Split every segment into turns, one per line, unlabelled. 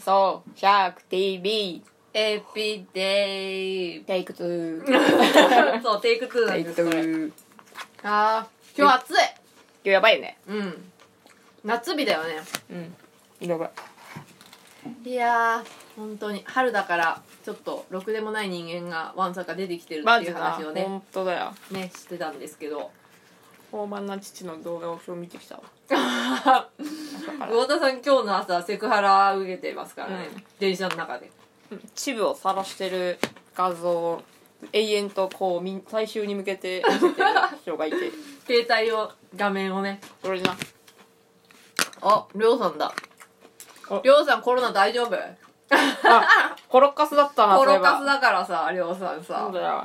そう、シャーク TV、
エピデイ
テイク2、
そうテイク2な
テ
ん
イ
で
ク
すこれ
2。今
あー今日暑い
日やばいよね。
うん夏日だよね
うん。やばい。
いやー本当に春だからちょっとろくでもない人間がわんさか出てきてるっ
マ
てい
ジ
う
だ。
話をね
本当だよ。
ねしてたんですけ ど
豊満な父の動画を今日見てきたわ。朝から
魚田さん今日の朝セクハラ受けてますからね、
うん
電車の中で
チブを晒してる画像を永遠とこうみん最終に向けて見せてる人がいて
携帯を画面をね
それな
ありょうさんだ
あ
りょうさんコロナ大丈夫
あコロッカスだったな
コロカ
そ
ス
ういえば
だからさりょうさん
そ
さ
うだよ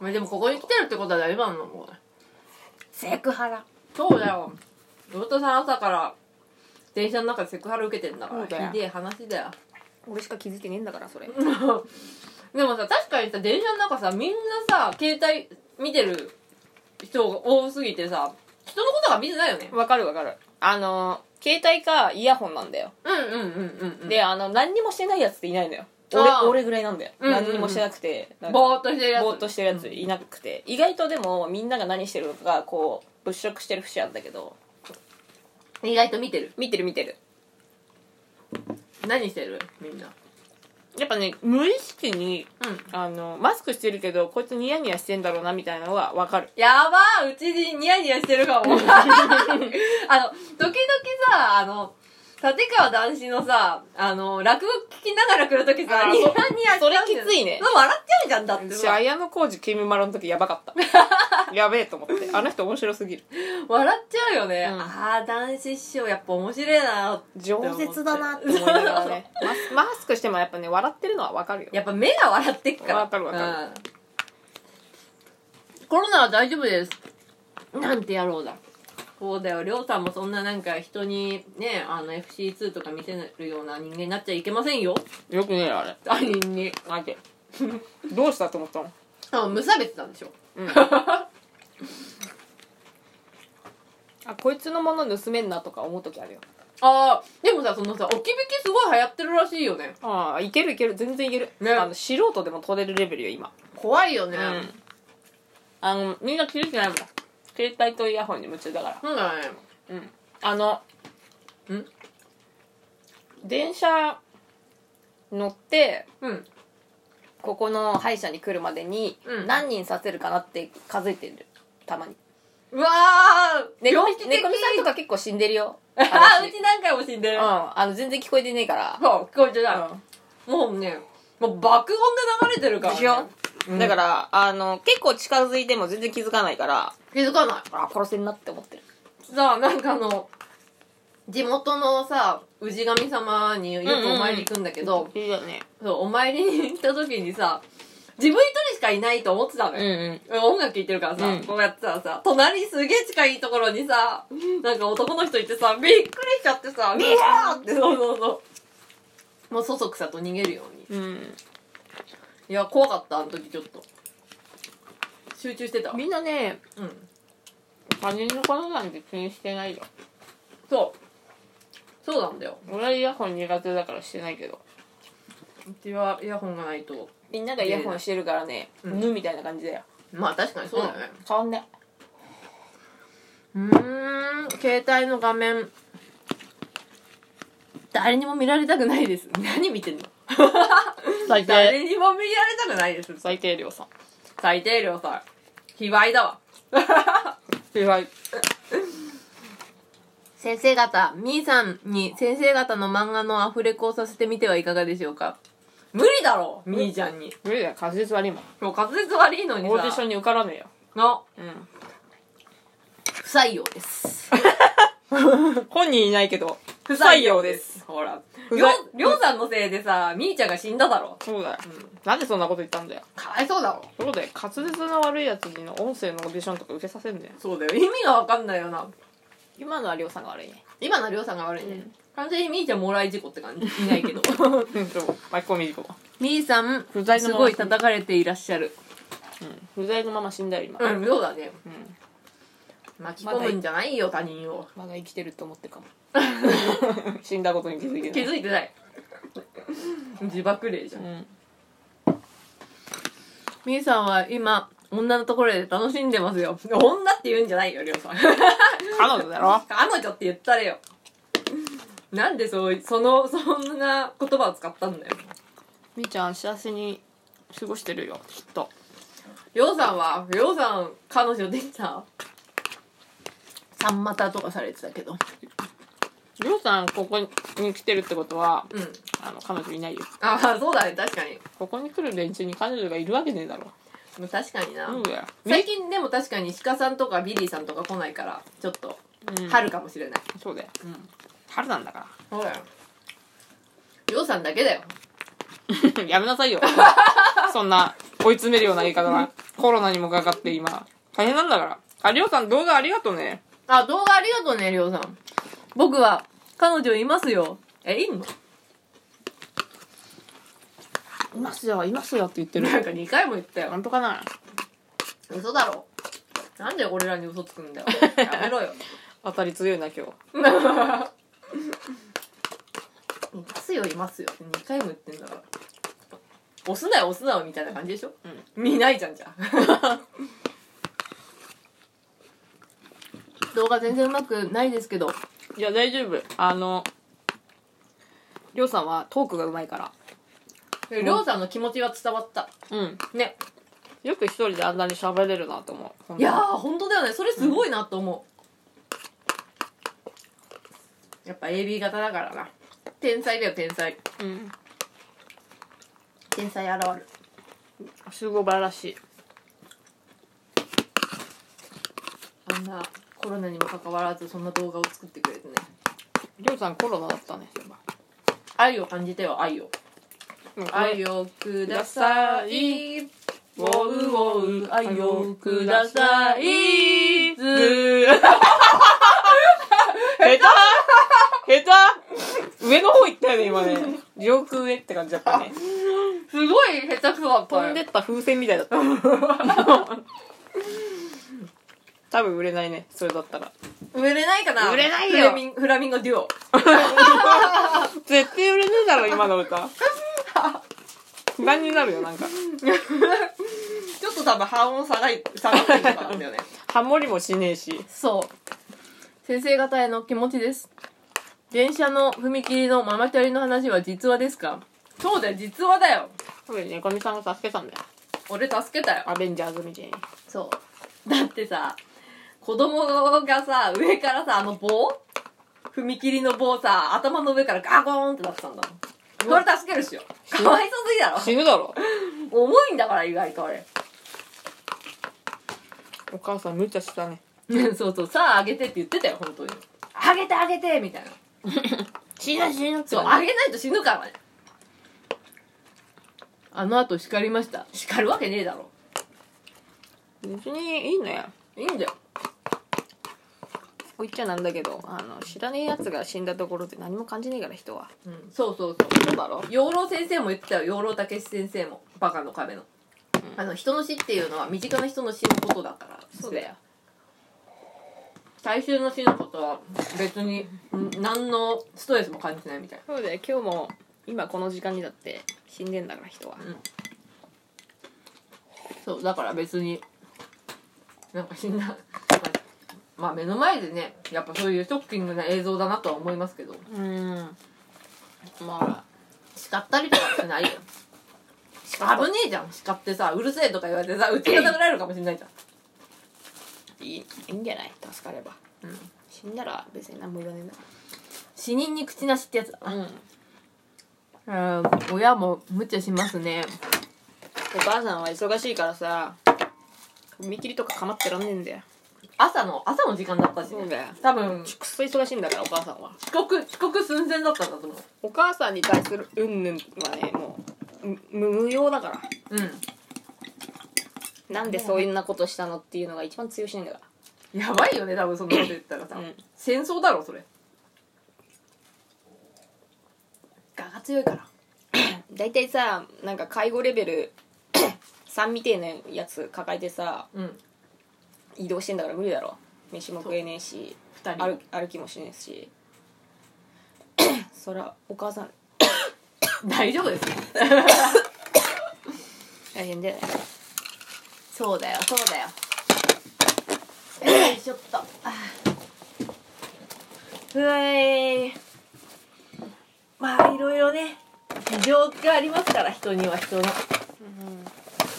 まあでもここに来てるってことは今のもう
セクハラ
そうだよ魚田さん朝から電車の中でセクハラ受けてんだか
そうだ
ら
よ
ひでえ話だよ
俺しか気づけねえんだからそれ
でもさ確かにさ電車の中さみんなさ携帯見てる人が多すぎてさ人のことが見てないよね
わかるわかるあの携帯かイヤホンなんだよ、
うんうんうんうんうん
であの何にもしてないやつっていないのよ俺
あー
俺ぐらいなんだよ、
うんうんうん
何にもしてなくてなんか
ぼーっとしてるやつ
ぼーっとしてるやついなくて、意外とでもみんなが何してるのかがこう物色してる節あんだけど
意外と見てる
見てる見てる
何してるみんな
やっぱね無意識に
うん
あのマスクしてるけどこいつニヤニヤしてんだろうなみたいなのはわかる
やばーうちにニヤニヤしてるか もあの時々さあの立川談志のさあの落語聞きながら来るときさ
あー
ニヤニヤしちゃうんだよ
それきついね
そう笑っちゃうじゃんだって
私
さ
綾小路きみまろの時やばかった やべえと思ってあの人面白すぎる
笑っちゃうよね、
うん
ああ談志師匠やっぱ面白いな
饒舌だなって思いながらねマスマスクしてもやっぱね笑ってるのはわかるよ
やっぱ目が笑ってっから
わかるわか
うんコロナは大丈夫ですなんて野郎だそうだよりょうさんもそんななんか人にねあの FC2 とか見せるような人間になっちゃいけませんよ
よくねえよあれ
他人に
マ ジでどうしたと思ったの
あ無差別なんでしょ
うんあこいつのもの盗めんなとか思う時あるよ
ああでもさそのさ置き引きすごい流行ってるらしいよね
ああいけるいける全然いける、
ね
あの素人でも取れるレベルよ今
怖いよね
うんあのみんな気づいてないもん携帯とイヤホンに夢中だから
そうだね
うんあの
ん
電車乗って
うん
ここの歯医者に来るまでに
うん
何人させるかなって数えてるたまに
うわー
猫
猟
み
奇
さ
的
んとか結構死んでる よ
あー
私
うち何回も死んで
う
る
んあの全然聞こえてねえから
そう聞こえてない、
うん
もうねもう爆音で流れてるから、ね、
でしょ
うん
だからあの結構近づいても全然気づかないから
気づかない
あ殺せんなって思ってる
さあなんかあの地元のさ氏神様によくお参り行くんだけど、
いいよね
そうお参りに行った時にさ自分一人しかいないと思ってたの
うん
よ、
うん
音楽聴いてるからさ、
うん
こうやってたらさ隣にすげえ近いところにさなんか男の人いてさびっくりしちゃってさ「ビヤー!」ってそうそうそうもうそそくさと逃げるように
うん
いや怖かったあの時ちょっと集中してた
みんなね
うん
他人のことなんて気にしてないよ
そうそうなんだよ
俺はイヤホン苦手だからしてないけど
うちはイヤホンがないと
みんながイヤホンしてるからね「
うん
ぬ」みたいな感じだよ
まあ確かにそうだよね
ん変わんね
うんん携帯の画面誰にも見られたくないです何見てんの
最低
誰にも見られたくないです
最低量さん
最低量さ卑猥だわ
意外
先生方みーさんに先生方の漫画のアフレコをさせてみてはいかがでしょうか無理だろみーちゃんに
無理だよ滑舌悪いもん
もう滑舌悪いのにさ
オーディションに受からねえよ
の
うん
不採用です
本人いないけど
不
採用です。
ほら。
不
り
在
ょう、りょうさんのせいでさ、みーちゃんが死んだだろ。
そうだよ、なんでそんなこと言ったんだよ
かわいそうだろ。
そうだよ滑舌の悪いやつにの音声のオーディションとか受けさせんだよ
そうだよ。意味がわかんないよな。
今のはりょうさんが悪いね
今のりょうさんが悪いね。
うん
完全にみーちゃんもらい事故って感じ。いないけ ど。
うんそう巻き込み事故だ
みーさん、
不在の
す
まま
ごい叩かれていらっしゃる。
不在のまま死んだよ今
うん、そうだね。
うん
巻き込むんじゃないよ他人を
まだ生きてると思って るかも死んだことに気づいて
気
ない
づいてない自爆霊じゃん
うん
みーさんは今女のところで楽しんでますよ女って言うんじゃないよりょうさん
彼女だろ
彼女って言ったれよなんでそうそのそんな言葉を使ったんだよ
みーちゃん幸せに過ごしてるよきっと
りょうさんはりょうさん彼女できた三股とかされてたけど
りょうさんここに来てるってことは
うん
あの彼女いないよ
ああそうだね確かに
ここに来る連中に彼女がいるわけねえだろ
もう確かにな、
なんだよ
最近でも確かに鹿さんとかビリーさんとか来ないからちょっと
うん
春かもしれない
そうだよ
うん
春なんだか
そうだよりょうさんだけだよ
ら やめなさいよそんな追い詰めるような言い方はコロナにもかかって今大変なんだからありょうさん動画ありがとうね
あ、動画ありがとうね、りょうさん。僕は、彼女いますよ。え、いんの
いますよいますよって言って
な んか2回も言ったよ。
本当かな
嘘だろ。なんで俺らに嘘つくんだよ。やめろよ。
当たり強いな今日
いますよ、いますよって2回も言ってんだから。押すなよ、押すなよ、みたいな感じでしょ
う
見ないじゃん、じゃあ動画全然うまくないですけど。
いや大丈夫あのりょうさんはトークがうまいから
りょうさんの気持ちは伝わった。
うん
ね。
よく一人であんなに喋れるなと思うほんと
いやー、本当だよね。それすごいなと思う。やっぱ AB 型だからな。天才だよ、天才。
うん
天才現る。
すごばらしい
あんなコロナにもかかわらず、そんな動画を作ってくれてね。
りょうさんコロナだったね
愛を感じてよ、愛を。愛をください。ウォウウォウ、愛をください。ず
ずー下手下手上の方行ったよね今ね上空へって感じだったね
すごい下手くそだっ
飛
た
ん
よ
で。った風船みたいだった多分売れないねそれだったら
売れないかな
売れないよ
フラミンフラミンゴデュオ。
絶対売れねえだろ今の歌不安になるよなんか
ちょっと多分半音下がり、下がってるとかなんだよね。
ハモりもしねえし
そう。先生方への気持ちです。電車の踏切のママチャリの話は実話ですかそうだよ、実話だよ。
多分ねこみさんが助けたんだよ
俺助けたよ。
アベンジャーズみたいに
そう。だってさ、子供がさ、上からさ、あの棒踏切の棒さ、頭の上からガコーンってなってたんだもん。これ助けるっしょ。かわいそうすぎだろ。
死ぬだろ
重いんだから意外とあれ。
お母さん無茶したね
そうそう、さああげてって言ってたよ、本当に。あげてあげてみたいな。
死ぬ死ぬって
そう、あげないと死ぬからね。あの後叱りました。叱るわけねえだろ。
別にいいのよ
いいんだよ。
こいっちゃなんだけどあの知らねえやつが死んだところで何も感じねえから人は
うん、そうそうそう。
そうだろ
養老先生も言ってたよ。養老武先生も。バカの壁の。あの、人の死っていうのは身近な人の死のことだから。
そうだよ。
大衆の死のことは別にん何のストレスも感じないみたい
そうだよ今日も今この時間にだって死んでんだから人は
な。そう、だから別に、なんか死んだ。まあまあ目の前でね、やっぱそういうショッキングな映像だなとは思いますけど。
うんまあ
叱ったりとかしない よ叱危ねえじゃん叱ってさうるせえとか言われてさうちが殴られるかもしれないじゃん
いいいいんじゃない助かれば
うん
死んだら別に何も言わねえんだ
死人に口なしってやつだ
うん
なうん親も無茶しますね
お母さんは忙しいからさ踏切とかかまってらんねえんだよ
朝の朝の時間だったし
そう
ね
だよ
多分
くっそ忙しいんだからお母さんは
遅刻遅刻寸前だったんだと思う
お母さんに対するうんぬんはねもうむ無用だから
うん
なんでそういんなことしたのっていうのが一番強しいんだか
やばいよね多分そんなこと言ったらさ、
らうん
戦争だろそれ我が強いから
大体さなんか介護レベル 3みてえなやつ抱えてさ
うん
移動してんだから無理だろ飯も食えねえし
二人
歩歩きもしねえし そらお母さん
大丈夫ですよ
大変だよね
そうだよそうだよよいしょっとあーうえいまあいろいろね事情がありますから人には人の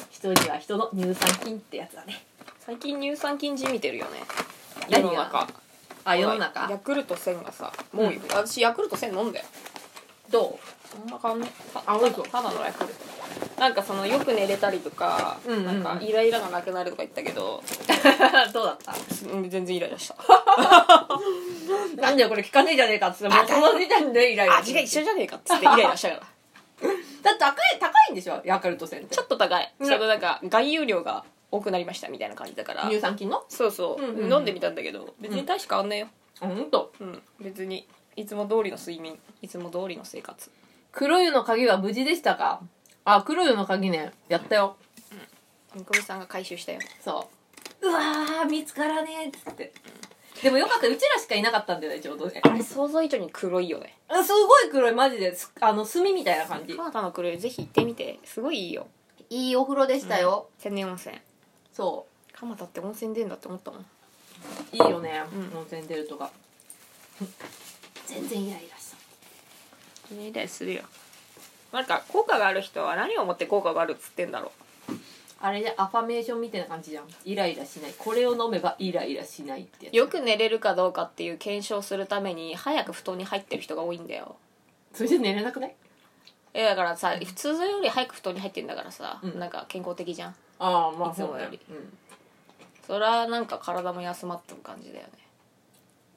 人には人の乳酸菌ってやつだね
最近乳酸菌じみてるよね世
何が
の中
あ世の
ほらヤ
中
クルト1000がさもう、
うん
私ヤクルト1000飲んだよ
ど
そんな感じた
あそうそう
ただのヤクルトなんかそのよく寝れたりとか、
うんうんうん
なんかイライラがなくなるとか言ったけど、
う どうだった
うん全然イライラした
なんだよこれ聞かねえじゃねえかっつってもうその時点でイライラ
味が一緒じゃねえかっつ ってイライラしたから
だって高い高いんでしょヤクルト1000って
ちょっと高い
うん
ちょっとなんか含有量が多くなりましたみたいな感じだから
乳酸菌の
そうそう、
うんうん
飲んでみたんだけど別に大して変わんねえよ
ほんと
うん、別にいつも通りの睡眠いつも通りの生活
黒湯の鍵は無事でしたかあ黒湯の鍵ねやったよ
みこみさんが回収したよ
そううわー見つからねえっつってでもよかったうちらしかいなかったんだよねちょうどね
あれ想像以上に黒いよね
あすごい黒いマジですあの炭みたいな感じ
川田の黒いぜひ行ってみてすごいいいよ
いいお風呂でしたよ、
天然温泉
そ
蒲田って温泉出んだって思ったもん
ういいよね、
うん
温泉出るとか全然イライラした
イライラするよなんか効果がある人は何をもって効果があるっつってんだろ
あれじゃアファメーションみたいな感じじゃんイライラしないこれを飲めばイライラしないってや
うよく寝れるかどうかっていう検証するために早く布団に入ってる人が多いんだよ
つそれじゃ寝れなくない
えだからさ普通より早く布団に入ってんだからさ、
うん
なんか健康的じゃん
ああま
あそうだよ
いつもよ
そりゃなんか体も休まってる感じだよね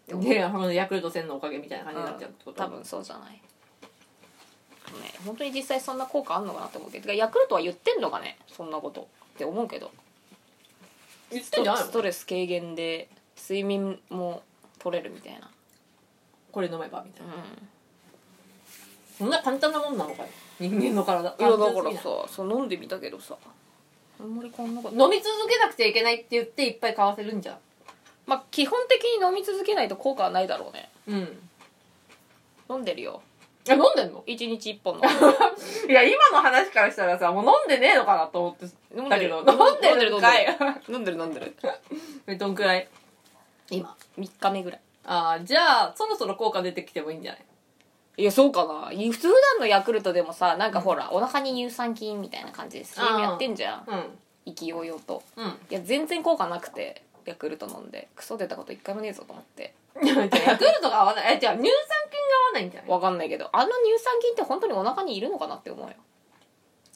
りうんであのヤクルト1000のおかげみたいな感じになっちゃうってこと
多分そうじゃない、ね、本当に実際そんな効果あんのかなって思うけどてかヤクルトは言ってんのかねそんなことって思うけど
言ってんじゃない
ス
の
トレス軽減で睡眠も取れるみたいな
これ飲めばみたいな
う
そんな簡単なもんなのかよ人間の体
んいやだか
単純
ら
す
さ
ぎ
そう飲んでみたけどさあんまりこんなこと
ない飲み続けなくちゃいけないって言っていっぱい買わせるんじゃん
まあ基本的に飲み続けないと効果はないだろうね
うん
飲んでるよ
え飲んでんの
1日1本の
いや今の話からしたらさもう飲んでねえのかなと思って
飲ん
だ
で
け
る
ど飲んでるんかい
飲んでる飲んでる
えどんくらい今
3日目ぐらい
ああじゃあそろそろ効果出てきてもいいんじゃない
いやそうかな普段のヤクルトでもさなんかほらお腹に乳酸菌みたいな感じで CM やってんじゃん
う
意気揚々と
んうん
いや全然効果なくてヤクルト飲んでクソ出たこと一回もねえぞと思って
いやじゃあヤクルトが合わないえじゃあ乳酸菌が合わないんじゃない
わかんないけどあの乳酸菌って本当にお腹にいるのかなって思うよ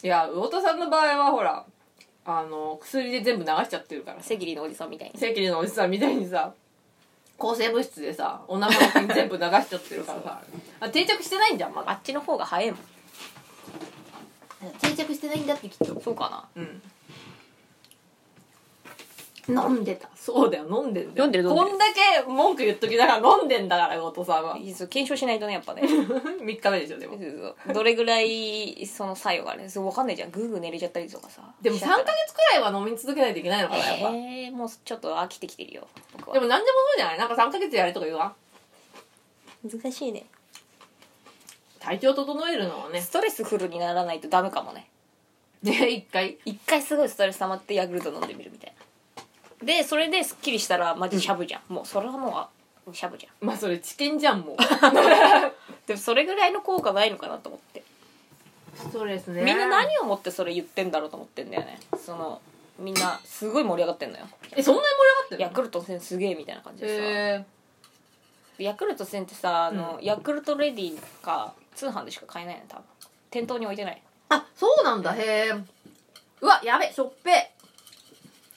いや魚田さんの場合はほらあの薬で全部流しちゃってるから
セギリのおじさんみたいに
正規のおじさんみたいにさ抗生物質でさお腹の菌全部流しちゃってるか らさあ定着してないんじゃんま
あ
だ
っちの方が早いもん
定着してないんだってきっと
そうか
うん飲んでたそうだよ飲んでんだよ
飲んでる飲んでる
こんだけ文句言っときながら飲んでんだから魚田さん
な
はい
やそう検証しないとねやっぱ ね
3日目でしょで
そう
も
そうそうどれぐらいその作用があるそうわかんないじゃんグーグー寝れちゃったりとかさ
でも3
しちゃ
ヶ
うか
月くらいは飲み続けないといけないのからなやっぱ
えーもうちょっと飽きてきてるよ僕は
でも何でもそうじゃないなんか3ヶ月やれとか言うわ
難しいね
体調整えるのはね
ストレスフルにならないとダメかもね
で一回
一回すごいストレス溜まってヤクルト飲んでみるみたいなでそれですっきりしたらマジしゃぶじゃん、もうそれはもうあしゃぶじゃん
まあそれチキンじゃんもう
でもそれぐらいの効果ないのかなと思って
ストレスね
みんな何をもってそれ言ってんだろうと思ってんだよねそのみんなすごい盛り上がってんのよ
えそんなに盛り上
ヤ
がって
クルト1000すげえみたいな感じ
る
で
へ
さヤクルト1000ってさあの、ヤクルトレディか通販でしか買えないの多分店頭に置いてない
あそうなんだへえうわやべしょっぺ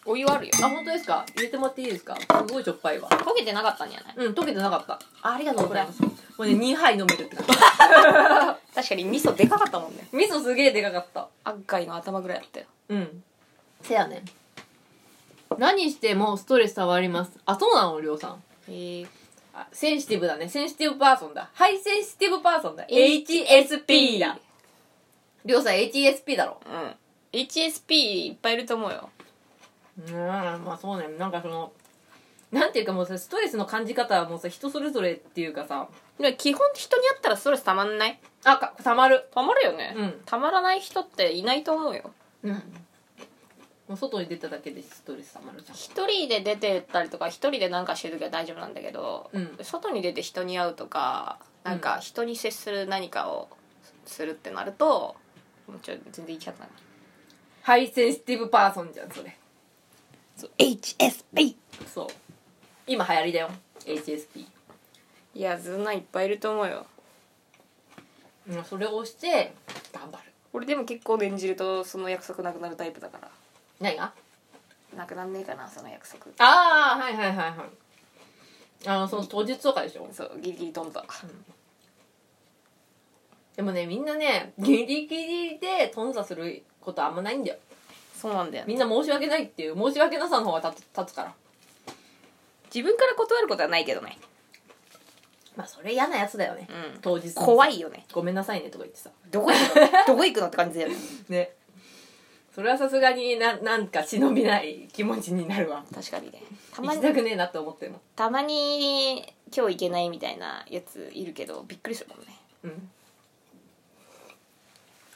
お湯あるよ
あ本当ですか入れてもらっていいですかすごいしょっぱいわ
焦げてなかったんじゃない
うん溶けてなかったあありがとうございます
こ
もうね2杯飲めるって感じ
確かに味噌でかかったもんね
味噌すげえでかかった
アッガイの頭ぐらいあったよ
うんせやね何してもストレスたまりますあそうなのりょうさん
へー
あセンシティブだねセンシティブパーソンだハイセンシティブパーソンだ
HSP
HSP だりょうさん HSP だろ
うん HSP いっぱいいると思うよ
うんまあそうねなんかそのなんていうかもうさストレスの感じ方はもうさ人それぞれっていうかさ
でも基本人に会ったらストレスたまんない
あかたまる
たまるよね、
うん
たまらない人っていないと思うよ
うんもう外に出ただけでストレスたまるじ
一人で出てったりとか一人でなんかしてる時は大丈夫なんだけど、
うん
外に出て人に会うとかなんか人に接する何かをするってなるともうちょい全然いいキャラだな
ゃんハイセンシティブパーソンじゃんそれ
HSP
そう今流行りだよ HSP
いやずんないっぱいいると思うよ
うんそれをして頑張る
俺でも結構演じるとその約束なくなるタイプだから
何が
なくなんねえかなその約束
ああはいはいはいはいあのその当日とかでしょ
そうギリギリ飛んだ
でもねみんなねギリギリで頓挫することあんまないんだよ
そうなんだよね
みんな申し訳ないっていう申し訳なさの方が立つ立つから
自分から断ることはないけどね
まあそれ嫌なやつだよね
うん
当日
怖
い
いよね
ごめんなさいねとか言ってさ
どこ行くのどこ行くのって感じだよね
ねそれはさすがにななんか忍びない気持ちになるわ
確かにねた
行
ま
き
に
たくねえなって思っても
たまに今日行けないみたいなやついるけどびっくりするもんね
うん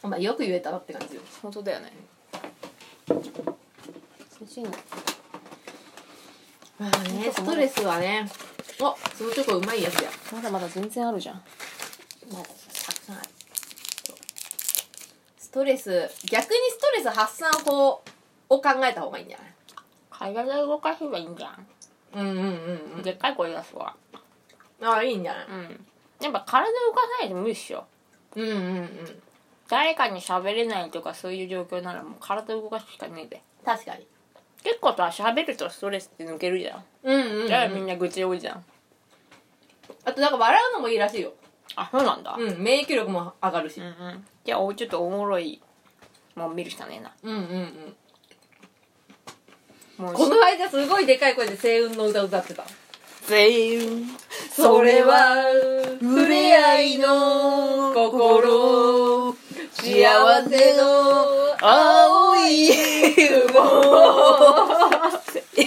お前よく言えたなって感じよ
本当だよね先生に
まあねストレスはねおそのチョコうまいやつや
まだまだ全然あるじゃん
まだたくさんあるストレス逆にストレス発散法を考えた方がいいんじゃない
体動かせばいいんじゃん
うんうんうん
でっかい声出すわ
うんああいいんじゃない
うんやっぱ体動かさないと無理っしょ
うんうんうん
誰かに喋れないとかそういう状況ならもう体動かすしかねえで
確かに
結構さ喋るとストレスって抜けるじゃん
うんうん、
だからみんな愚痴多いじゃん
あとなんか笑うのもいいらしいよ
あそうなんだ
うん免疫力も上がるし、
うんうんじゃあおちょっとおもろいもん見るしかねえな
うん、うんうん
もう
この間すごいでかい声で星雲の歌歌ってた
全員
それは触れ合いの心幸せ の青い雲
い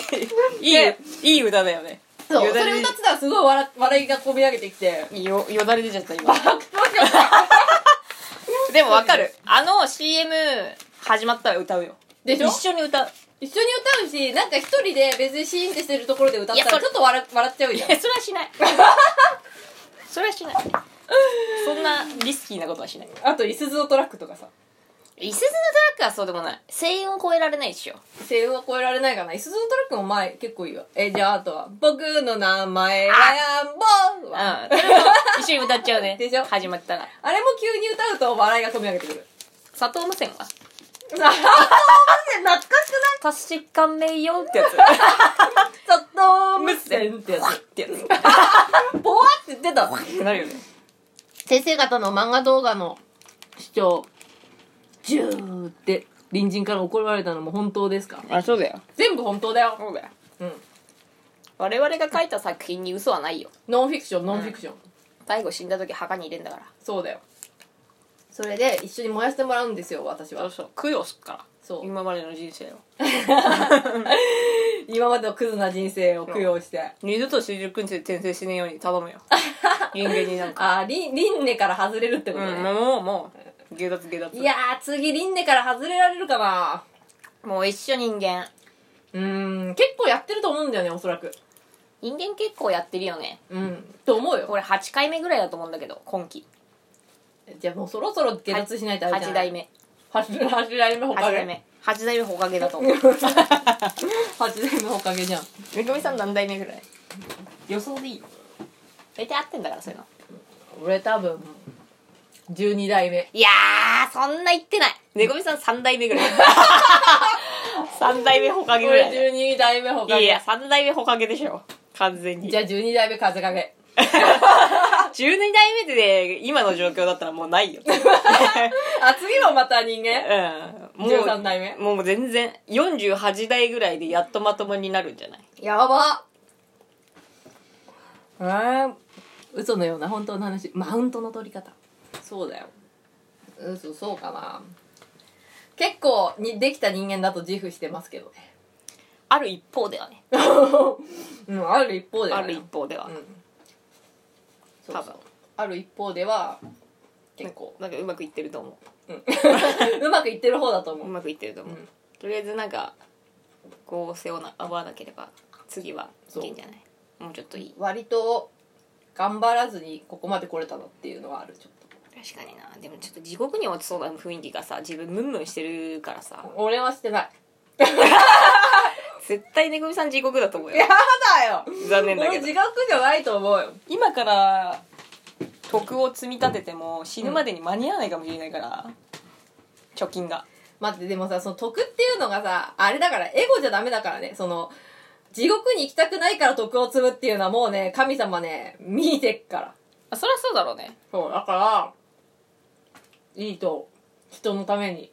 いいい歌だよね
そう
よ
そ
だれ
れ歌ってたらすごい笑笑いがこみ上げてきて
よよだれ出ちゃった 今
爆笑しちゃった
でもわかるあの CM 始まったら歌うよ
でしょ
一緒に歌う
一緒に歌うしなんか一人で別にシーンってしてるところで歌った
いやそ
ら
れ
ちょっと笑笑っちゃうじゃん
えそれはしない それは しないそんなリスキーなことはしない
あと「いすずのトラック」とかさ
いすずのトラックはそうでもない声音を超えられないでしょ
声優は超えられないかないすずのトラックも前結構いいわえじゃああとは「僕の名前はやんぼ」
うん
は
それも一緒に歌っちゃ うね
でしょ
始まったら
あれも急に歌うと笑いがこみ上げてく る
砂糖無線 は
砂糖無線懐かし
確かめようって やつ
くない砂糖無線 ってや
わっってや
つボワって言ってた
つなるよね
先生方の漫画動画の視聴ジューって隣人から怒られたのも本当ですか
あそうだよ
全部本当だよ、
そうだよ
うん、
我々が書いた作品に嘘はないよ
ノンフィクションノンフィクション、
大悟死んだ時墓に入れんだから
そうだよそれで一緒に燃やしてもらうんですよ私は
そう供養すっから
そう
今までの人生を
今までのクズな人生を供養して、
二度と四十九日で転生しねえように頼むよ 人間になんか
ああ輪廻から外れるってことね、
うんもうもう下脱下脱
いやー次輪廻から外れられるかな
もう一緒人間
うーん結構やってると思うんだよねおそらく
人間結構やってるよね
うんと思うよ
これ8回目ぐらいだと思うんだけど今期
じゃあもうそろそろ下脱しないとあれじゃ
8
な
代
い
目
8代目8代目
8
ほか
代
げ
目8代目ほかげだと思う
8代目ほかげじゃん
めぐみさん何代目ぐらい予想でいいよ大体合ってんだからそういうの
俺多分12代目
いやーそんな言ってないめぐみさん3代目 ぐらい3代目ほかげぐら
俺
い
12代目ほか
だい
げ
や3代目ほかげでしょ完全に
じゃあ12代目風影
12代目で今の状況だったらもうないよ
あ次もまた人間
うんも
13代目
うもう全然48代ぐらいでやっとまともになるんじゃない
やばえー、嘘のような本当の話マウントの取り方そうだよ嘘そう かな結構にできた人間だと自負してますけどね
ある一方ではね。
うん、ある一方では
あ
ね
る一方では。
うんそう
多
そ
分
うある一方では結構
なんかうまくいってると思
うまくいってる方だと
う。う
思う、
まくいってると
う
思う。
ん、
とりあえずなんか、こう背負わな合わなければ、次はいけんじゃないもうちょっといい。
割と頑張らずにここまで来れたのっていうのはあるちょっ
確かにな。でもちょっと地獄に落ちそうな雰囲気がさ、自分ムンムンしてるからさ、
と俺はしてない
絶対ねぐみさん地獄だと思うよ
や。だよ
残
こ
念
の
だけ
自
ど
覚。じゃないと思うよ
今から徳を積み立てても死ぬまでに間に合わないかもしれないから、貯金が
待ってでもさその得っていうのがさあれだからエゴじゃダメだからねその地獄に行きたくないから徳を積むっていうのはもうね神様ね見えてっから
あそりゃそうだろうね
そうだからいいと人のために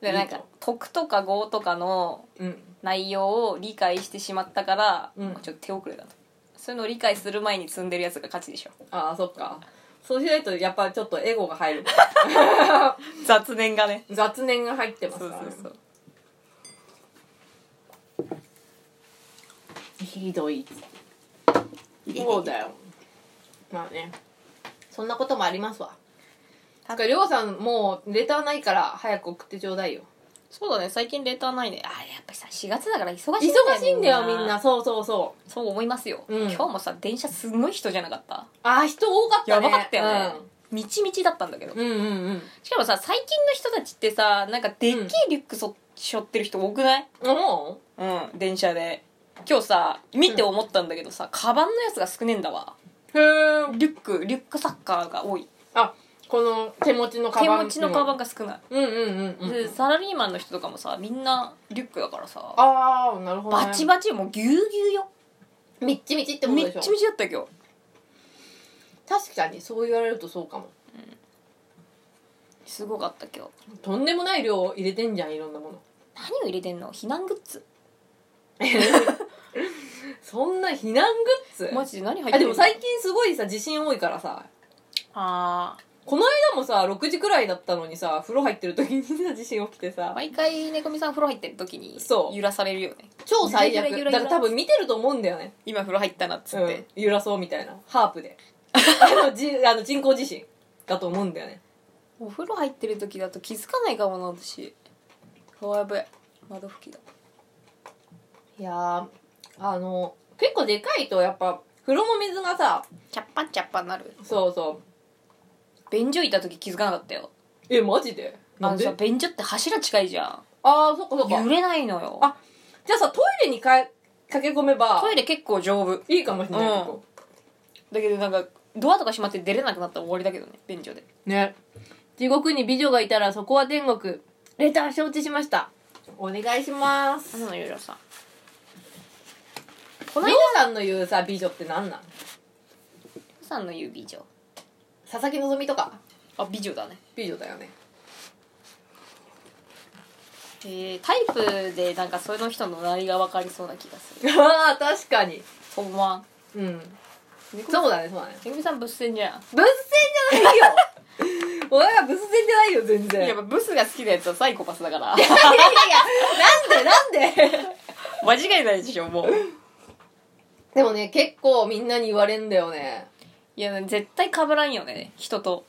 でなん
いい
か
と
徳とか業とかの
うん
内容を理解してしまったから、
うん
ちょっと手遅れだとそういうのを理解する前に積んでるやつが勝ちでしょ
ああそっかそうしないとやっぱちょっとエゴが 入る
雑念がね
雑念が入ってます
そ
か
う
ら、ね、
そうそう
ひどいそうだよまあねそんなこともありますわなんかりょうさんもうレターないから早く送ってちょうだいよ
そうだね最近レターないねあれやっぱりさ4月だから忙しいん
忙しいんだよみんなそうそうそう
そう思いますよ、
うん
今日もさ電車すごい人じゃなかった
ああ人多かった
や
ね
ばかったよね、みちみちだったんだけど
うん、うんうんうん
しかもさ最近の人たちってさなんかでっけえリュックそ、背負ってる人多くない
思
うん電車で今日さ見て思ったんだけどさ、カバンのやつが少ねえんだわ
うへえ
リュックリュックサッカーが多い
あこの手持ちのカ
手
バン
持ちのカバンが少ない、
うんうんうんうん
でサラリーマンの人とかもさみんなリュックだからさ
ああなるほど、ね、
バチバチもうぎゅうぎゅうよ
みっちみちってこと
み
で
っ
しょ
ちみちだったよ
確かにそう言われるとそうかも
今日すごかった今日
とんでもない量を入れてんじゃんいろんなもの
何を入れてんの避難グッズ
そんな避難グッズ
マジで何入って
あ
る
でも最近すごいさ地震多いからさ
あー
この間もさ6時くらいだったのにさ風呂入ってる時にさ地震起きてさ
毎回猫みさん風呂入ってる時に
そう
揺らされるよね
超最悪
ゆらゆらゆら
だから多分見てると思うんだよね、
今風呂入ったなっつ
う
って、
ん、揺らそうみたいなハープ であのじあの人工地震だと思うんだよね
お風呂入ってる時だと気づかないかもな私あやべえ窓拭きだ
いやーあの結構でかいとやっぱ風呂の水がさ
チャッパンチャッパンなる
そうそう
便所いた時気づかなかったよ
えマジで
あ
な
の
んで
さ便所って柱近いじゃ
ああそっかそっ
ん
か
揺れないのよ
あじゃあさトイレにか駆け込めば
トイレ結構丈夫
いいかもしれない、
うん
結構
だけどなんかドアとか閉まって出れなくなったら終わりだけどね便所で
ね地獄に美女がいたらそこは天国レター承知しましたお願いします
のゆらさん
こ
こ
の
の
美
間
女さんの言うさ美女って何なん
さんの言う美女
佐々木希とか
あ美女だね
美女だよね
えー、タイプでなんかその人の何が分かりそうな気がする
ああ確かに
ほんま
うん
めぐ
そうだねそうだね
みさん物線じゃん
仏戦じゃないよ俺は仏戦じゃないよ全然い
や
や
っぱブスが好きなやつはサイコパスだから
いやなんでなんで
間違いないでしょもう
でもね結構みんなに言われんだよね
いや絶対被らんよね人と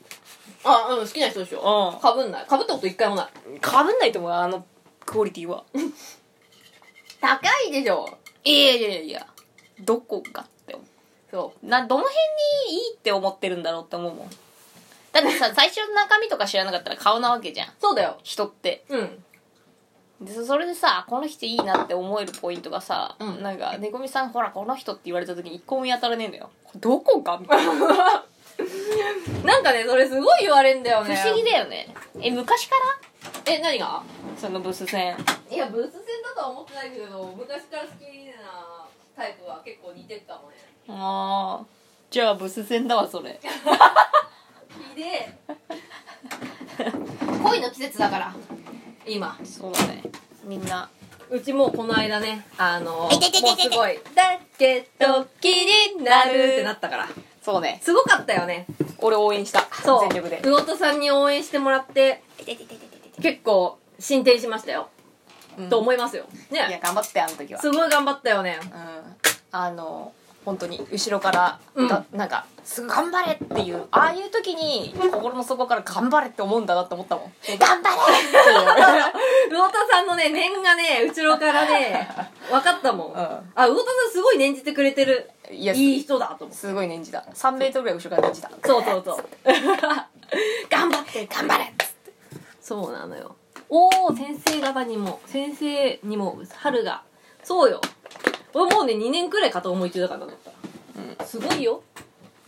あうん好きな人でしょ
う
かぶんないかぶったこと一回もない
ん被んないと思うあのクオリティは
高いでしょ
いやいやいやいやどこがって思
そう
などの辺にいいって思ってるんだろうって思うもんだってさ最初中身とか知らなかったら顔なわけじゃん
うそうだよ
人って
うん
でそそれでさこの人いいなって思えるポイントがさ、
うん
なんか「ねこみさんほらこの人」って言われた時に一個も見当たらねえんだよこれどこがみたいな
なんかねそれすごい言われんだよ
不
ね
思議だよねえ昔か
え何が
らそのブス戦
いやブース戦だとは思ってないけど昔から好きなタイプは結構似てったもんね
ああじゃあブス戦だわそれ
ひでえ 恋の季節だから今
そうだねみんな
うちもうこの間ねあのもう
いててててて
すごい「だけど気になる」ってなったから
そうね
すごかったよね
俺応援した
そう
全力で
魚田さんに応援してもらって結構進展しましたよ
うん
と思いますよ。
いや
ね。
頑張ってあの時は
すごい頑張ったよね。
うんあの本当に後ろから、
うん
だなんかすぐ頑張れっていうああいう時に心の底から頑張れって思うんだなって思ったもん頑 張
魚田さんのね、念がね、後ろからね、分かったも
う
ん。
ん
あ、魚田さんすごい念じてくれてる。
れっていういや
いい人だと思う。
すごい念じだ3メートルぐらい後ろから念じだ
そうそう そう。頑張って、
頑張れっつって
そうなのよ。おー、先生方にも、先生にも、春が。そうよ。俺もうね、2年くらい片思い中だからだった。すごいよ。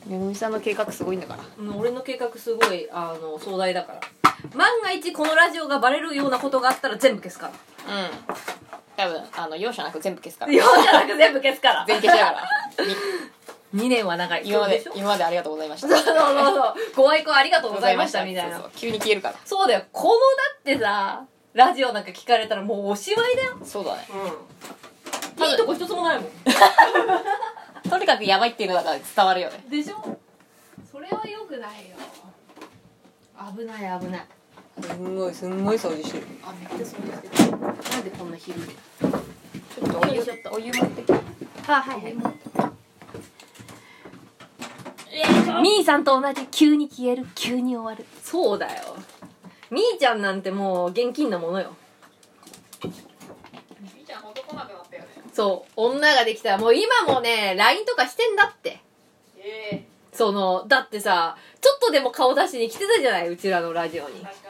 めぐみさんの計画すごいんだから
うん俺の計画すごい、あの、壮大だから。万が一このラジオがバレるようなことがあったら全部消すか
う
ら。
ん多分あの容赦なく全部消すから
用じゃなく全部消す から。
全消しだから
2年は 長い。
今まで
そうしょ
今までありがとうございまし
そう
た
そうそうそう。ご愛顧ありがとうございました、みたいな
そう。そう急に消えるから
そうだよ。このだってさ、ラジオなんか聞かれたらもうおしまいだよ。
そうだね
うん。いいとこ一つもないもん。
とにかくやばいっていうのだから伝わるよね
でしょそれはよくないよ。危ない危ない。
すんごいすんごい掃除してる
あ、めっちゃそうですけど。なんでこんな昼で。
ちょっとお湯ちょっとお湯持ってきて
あ、はいはい。みーさんと同じ急に消える急に終わるそうだよみーちゃんなんてもう現金なものよ
みーちゃんほんと来なくなったよね
そう女ができたらもう今もね LINE とかしてんだって
え
そのだってさちょっとでも顔出しに来てたじゃないうちらのラジオに
え確か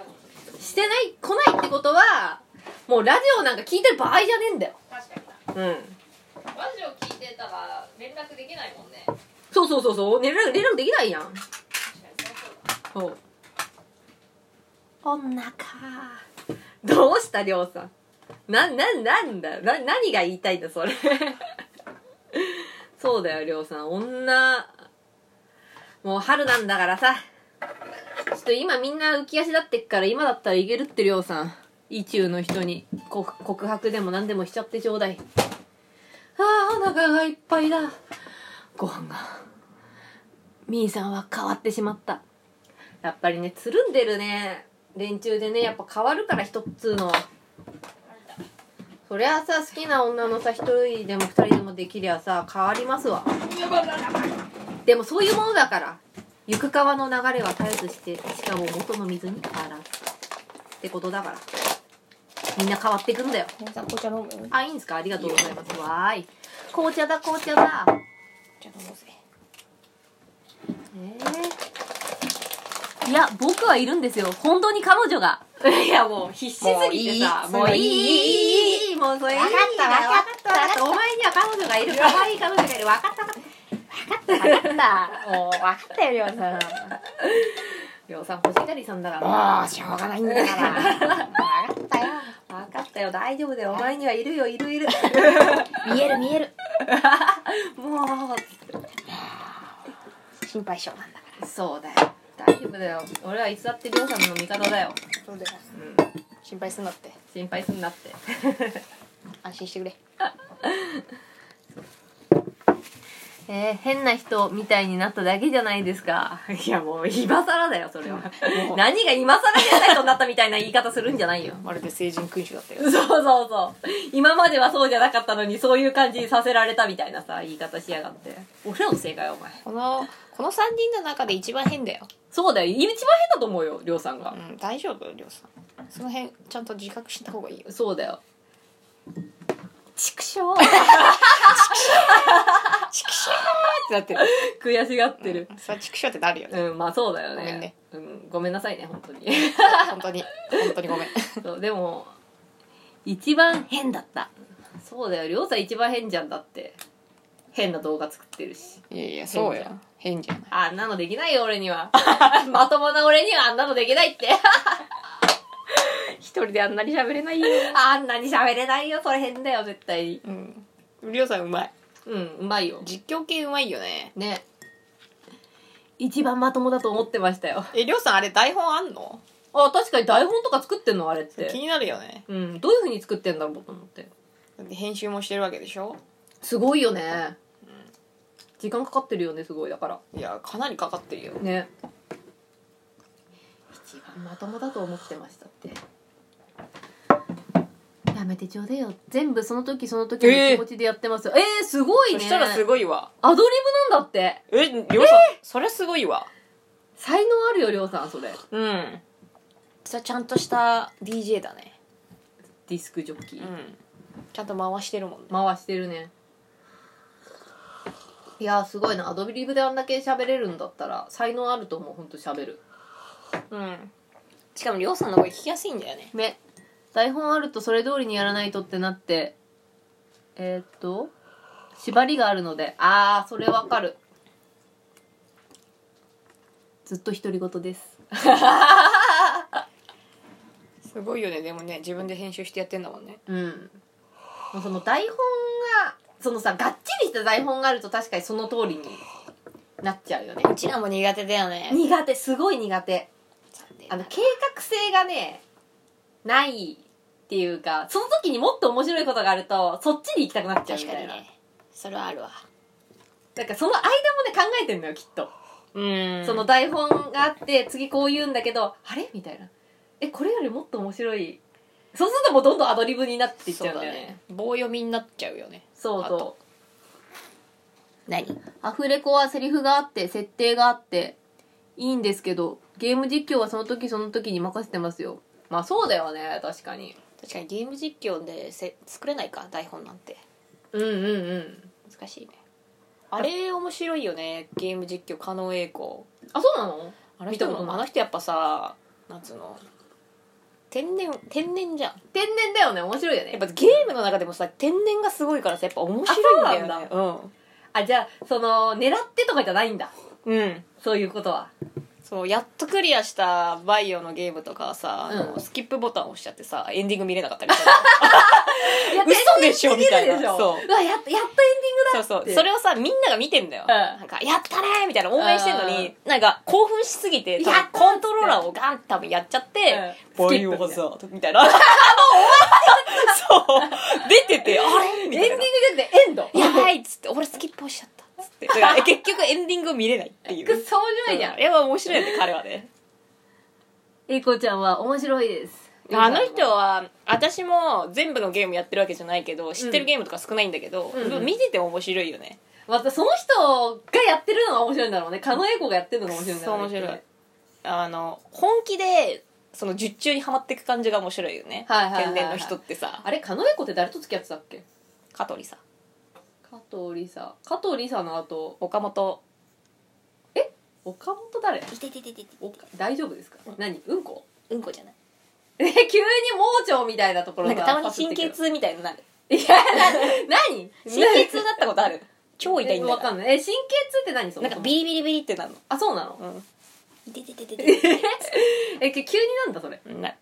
に
してない来ないってことはもうラジオなんか聞いてる場合じゃねえんだよ
確かに
うん
ラジオ聞いてたら連絡できないもんね
そうそうそうそう連絡連絡できないやん
確かにそ
そ
う
う女かどうしたりょうさんなななんだな何が言いたいんだそれ そうだよりょうさん女もう春なんだからさちょっと今みんな浮き足立ってっから今だったらいけるってりょうさん意中の人に告告白でも何でもしちゃってちょうだいああお腹がいっぱいだご飯がみーさんは変わってしまったやっぱりねつるんでるね連中でねやっぱ変わるから一つのそりゃあさ好きな女のさ一人でも二人でもできりゃさ変わりますわでもそういうものだから行く川の流れは絶えずしてしかも元の水に変わらずってことだからみんな変わっていくんだよ
皆さん紅茶飲む紅
あいいんですかありがとうございますわーい紅茶だ紅茶だ
茶飲もうぜ
いや、僕はいるんですよ。本当に彼女が。いや、もう必死すぎてさ。
もういい
いいいいもうそれいい。
わかったわかったわかった
お前には彼女がいる。可愛い彼女がいる。わかった。
分かったもう分かったよりょうさん
りょうさん、欲しがりさんだから。
もうしょうがないんだから分かったよ
わかったよ。大丈夫だよ。お前にはいるよ。いるい る。
見える見える
も
心配性なんだか
う。そうだよ。大丈夫だよ。俺はいつだってりょうさんの味方だよ。
らそうだよ
うん。
心配すんなって
心配すんなって。
安心してくれ
えー、変な人みたいになっただけじゃないですか。 いや、もう今更だよ、それは。何が今更変な人になったみたいな言い方するんじゃないよ。
まるで成人君主だったよ
そうそうそう。今まではそうじゃなかったのに、そういう感じにさせられたみたいなさ、言い方しやがって。俺らの正解はお前。
このこの3人の中で一番変だよ、
そうだよ。一番変だと思うよ、りょうさんが
う。ん、大丈夫りょうさんその辺ちゃんと自覚した方がいいよ
そうだよ。
畜生畜生ってなってる
悔しがってる。
それは畜生ってなるよね
うん、まあそうだよね。
ごめんね
うん、ごめんなさいね、本当に。
本当に本当にごめん
そうでも、一番変だった。そうだよ、りょうさん一番変じゃんだって。変な動画作ってるし。
いやいやそうよ変じゃない
あんなのできないよ、俺には。 まともな俺にはあんなのできないって。
一人であんなに喋れないよ
あんなに喋れないよ、それ変だよ、絶対に。
うんりょうさんうまい
うん、うまいよ。
実況系うまいよね
ね。一番まともだと思ってましたよ。
えりょうさんあれ台本あんの
あ、確かに台本とか作ってんのあれっ
気
て。
になるよね
うん、どういう風に作ってんだろうと思って。
だって編集もしてるわけでしょ
すごいよね。時間かかってるよね、すごい。だから。
いやかなりかかってるよ
ね。一番まともだと思ってましたって。いややめてちょうだいよ全部その時その時の気持ちでやってますよえー、すごいね
そしたらすごいわ
アドリブなんだって
えりょうさん、それすごいわ
才能あるよりょうさんそれ
うんそれちゃんとした DJ だね
ディスクジョッキー、
んちゃんと回してるもんね
回してるねいやーすごいなアドリブであんだけ喋れるんだったら才能あると思うほんと喋る
うんしかもりょうさんの声聞きやすいんだよね
ね台本あるとそれ通りにやらないとってなってえー、っと縛りがあるのであーそれわかるずっと独り言です
すごいよねでもね自分で編集してやってんだもんね
うんもうその台本がそのさがっちりした台本があると確かにその通りになっちゃうよね
うちらも苦手だよね
苦手すごい苦手あの計画性がねないっていうかその時にもっと面白いことがあるとそっちに行きたくなっちゃうみ
確
た
か
い
に
な、
ねそれはあるわ
なんかその間もね考えてんのよきっと、
うん
その台本があって次こう言うんだけどあれみたいなえこれよりもっと面白いそうするともうどんどんアドリブになっていっち
そ
ゃう
うんだ
だよ
ね
ね
棒読みになっちゃうよね
そう
あ
そ
と
う
何
アフレコはセリフがあって設定があっていいんですけどゲーム実況はその時その時に任せてますよまあそうだよね確かに
確かにゲーム実況でせ作れないか台本なんて
うんうんうん
難しいねあれ面白いよねゲーム実況狩野英孝
あそうなの
あの人
見たことない
あの人やっぱさなんつうの天然天然じゃん
天然だよね面白いよね
やっぱゲームの中でもさ天然がすごいからさやっぱ面白いんだよね
あじゃあその狙ってとかじゃないんだ
うんうん
そういうことは
そうやっとクリアしたバイオのゲームとかはさ、あの
うん
スキップボタン押しちゃってさエンディング見れなかったりする嘘でしょみたいな
そ
そうう
うわやっやったエンディング だ
そうそうそれをさみんなが見てんだよ、
ん
なんか「やったね!」みたいな応援してんのになんか興奮しすぎて多
やっ
分
た
コントローラーをガンって多分やっちゃって「
うん
バイオハザード」みたい なそう出てて「あれ?」
エン
み
デ
たい
ィン
な
グじゃなくてエンド
やばいっつって、俺スキップ押しちゃったっつって。だから結局エンディングを見れないって いう。
くっそ面白いじゃん
うんやっぱ面白いよね、彼はね。
えいこちゃんは面白いです
あの人は、私も全部のゲームやってるわけじゃないけど、知ってるゲームとか少ないんだけど、
うん
でも見てて面白いよね。
またその人がやってるのが面白いんだろうね狩野英孝がやってるのが面白いんだろう
そ
ね
う面白い
きっとね
あの、本気で、その術中にはまっていく感じが面白いよね。
はいはいはいはい
天然の人ってさ、
あれ狩野英孝って誰と付き合ってたっけ
香取さん、
加藤理沙加藤理沙の後
岡本、
岡本誰
いててててて
お大丈夫ですか何うんこ
うんこじゃない。
え 急に盲腸みたいなところ
な
が
んかたまに神経痛みたいになる。
いやな何
神経痛だったことある超痛いんだ
わか
よ。
んないえ神経痛って何そも
なん
そ
か
も
ビリビリビリってなるの。
あそうなの
うん。いててててて。
え急になんだそれ
な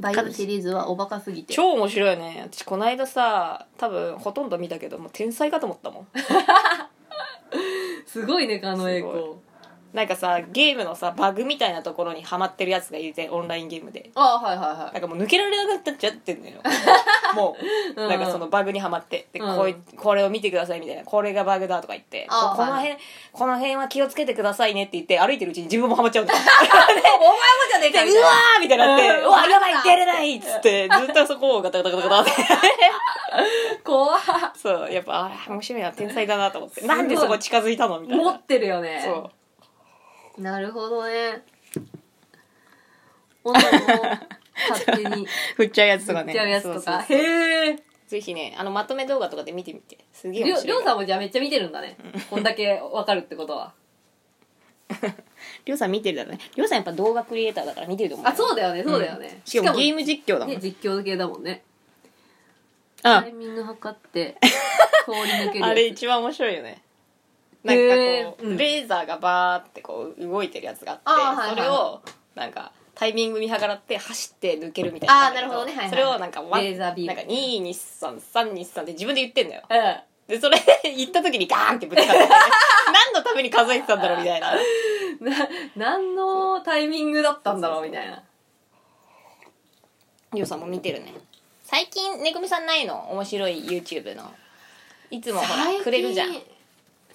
バ
イオシ
リーズはおバカすぎて
超面白いよね私この間さ多分ほとんど見たけどもう天才かと思ったもん
すごいね狩野英孝
なんかさゲームのさバグみたいなところにハマってるやつがいてオンラインゲームで
ああはいは
なんかもう抜けられなくなっちゃってんの よもう
うん
なんかそのバグにはまってで、
うん
こいこれを見てくださいみたいなこれがバグだとか言って
あ
ここの
はい
辺、この辺は気をつけてくださいねって言って歩いてるうちに自分もハマっちゃうんだよ
いはいお前もじ ゃね え
で
かみ
うわーみたいになって、
う
うんわやばい出れないっつってずっとそこをガタガタガタガタって
怖っ
そうやっぱあれ面白いな天才だなと思ってなんでそこ近づいたのみたい
持
な
ってるよね
そう
なるほどね女の子を勝 手に
振っちゃうやつとか
行っ
ね
ちゃうやつと
そ
か
うそうそう
へえ
ぜひねあのまとめ動画とかで見てみてすげえ
り
面
ょり
白
ょ
いう
さんもじゃあめっちゃ見てるんだねこんだけわかるってことは
りょうさん見てるだろうねりょうさんやっぱ動画クリエイターだから見てると思う
あそうだよねそうだよ
うん
ね
しかもゲーム実況だもん、
ね実況系だもんね
あ
タイミング測って通り抜けるやつ
あれ一番面白いよねなんかこう、
へーうん
レーザーがバーってこう動いてるやつがあって
あーはいは
そ
い
れをなんかタイミング見計らって走って抜けるみたいな
あーなるほどねはいはい
それをなんかワン
レーザービーム
なんか2233223って自分で言ってんだよ
うん
でそれ 行った時にガーンってぶつか って何のために数えてたんだろうみたいな
な 何のタイミングだったんだろうみたいな
りょうさんも見てるね最近ねぐみさんないの面白い YouTube のいつもほ
最
ら
近
くれるじゃん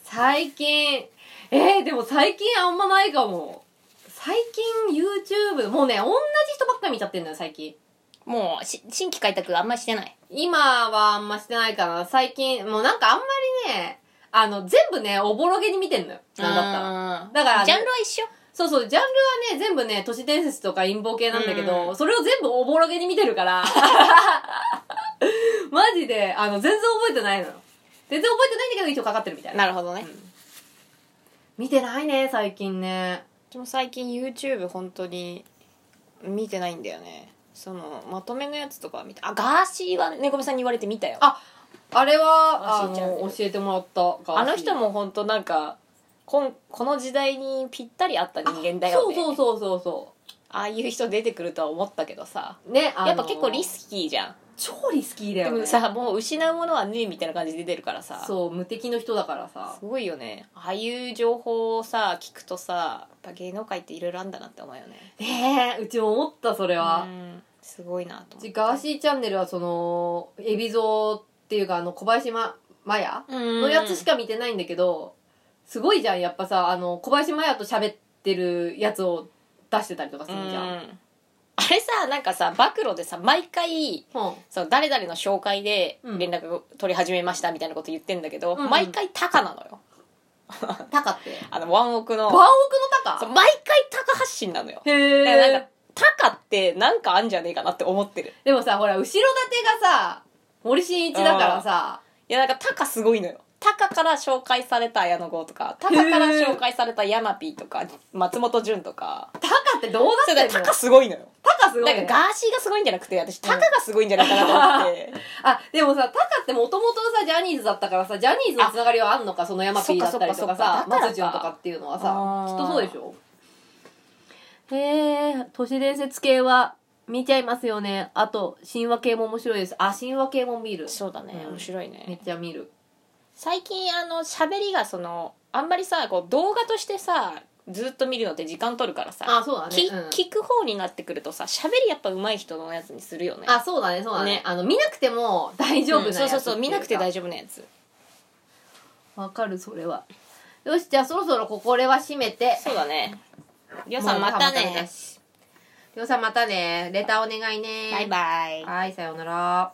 最近えー、でも最近あんまないかも最近 YouTube もうね同じ人ばっかり見ちゃってんのよ最近
もうし新規開拓あんまりしてない
今はあんましてないかな。最近、もうなんかあんまりね、あの、全部ね、おぼろげに見てんのよ。なんだったら。
ら
だから
ジャンルは一緒
そうそう、ジャンルはね、全部ね、都市伝説とか陰謀系なんだけど、
う
それを全部おぼろげに見てるから、 マジで、あの、全然覚えてないのよ。全然覚えてないんだけど、一応かかってるみたいな。
なるほどね、
見てないね、最近ね。
でも最近 YouTube 本当に見てないんだよねそのまとめのやつとかは見たあガーシーは猫みさんに言われて見たよ
ああれは、あ
教えちゃう
の、教えてもらった。
あの人、も本当なんかこんこの時代にぴったりあった人間だよね
そうそうそうそうそ
ああいう人出てくるとは思ったけどさ
う。ね、あの
やっぱ結構リスキーじゃん
超リスキーだ
で
よね。
もさもう失うものはねえみたいな感じで出てるからさす
そう、無敵の人だからさ。
ごいよねああいう情報をさ聞くとさやっぱ芸能界っていろいろあんだなって思うよね
ねえ、うちも思った、それは
う。んすごいなと
う
思
ち
って
ガーシーチャンネルはその海老蔵っていうかあの小林ま麻也
の
のやつしか見てないんだけどすごいじゃんやっぱさあの小林麻也と喋ってるやつを出してたりとかするじゃん、うん
うんあれさなんかさ暴露でさ毎回その誰々の紹介で
うん
連絡を取り始めましたみたいなこと言ってんだけど、
うんうん
毎回タカなのよ
タカって
あのワンオクの
ワンオクの
そ
タ
う
カ
毎回タカ発信なのよだから
へ
なん
え
かタカってなんかあんじゃねえかなって思ってる
でもさほら後ろ盾がさ森進一だからさ
いやなんかタカすごいのよタカから紹介された綾野剛とかタカから紹介されたヤマピーとか松本潤とか
タカってどう
それ
な
だ
って
か
ん
ら
の
タカすごいのよ
タカすごい、
なん
ね
か、ガーシーがすごいんじゃなくて私タカがすごいんじゃないかなと思って、
あでもさタカってもともとさジャニーズだったからさジャニーズのつながりはあんのかそのヤマピーだったりとか
そっかそっかそ
さ
っかだからか
松潤とかっていうのは
あ
さ
ー
きっとそうでしょへえ都市伝説系は見ちゃいますよねあと神話系も面白いですあ神話系も見る
そうだね
うん
面白いね、
めっちゃ見る
最近あの喋りがそのあんまりさこう動画としてさずっと見るのって時間取るからさ
あそうだね
き、
うん
聞く方になってくるとさ喋りやっぱ上手い人のやつにするよね
あそうだねそうだね
ね
あの見なくても大丈夫なやつ
うんそうそうそう見なくて大
丈
丈夫なやつ
夫わかるそれはよしじゃあそろそろここれは閉めて
そうだねりょうさんまた
もうご飯も食べ
ね
しりょうさんまたねレターお願いね
バイバイ
はいさようなら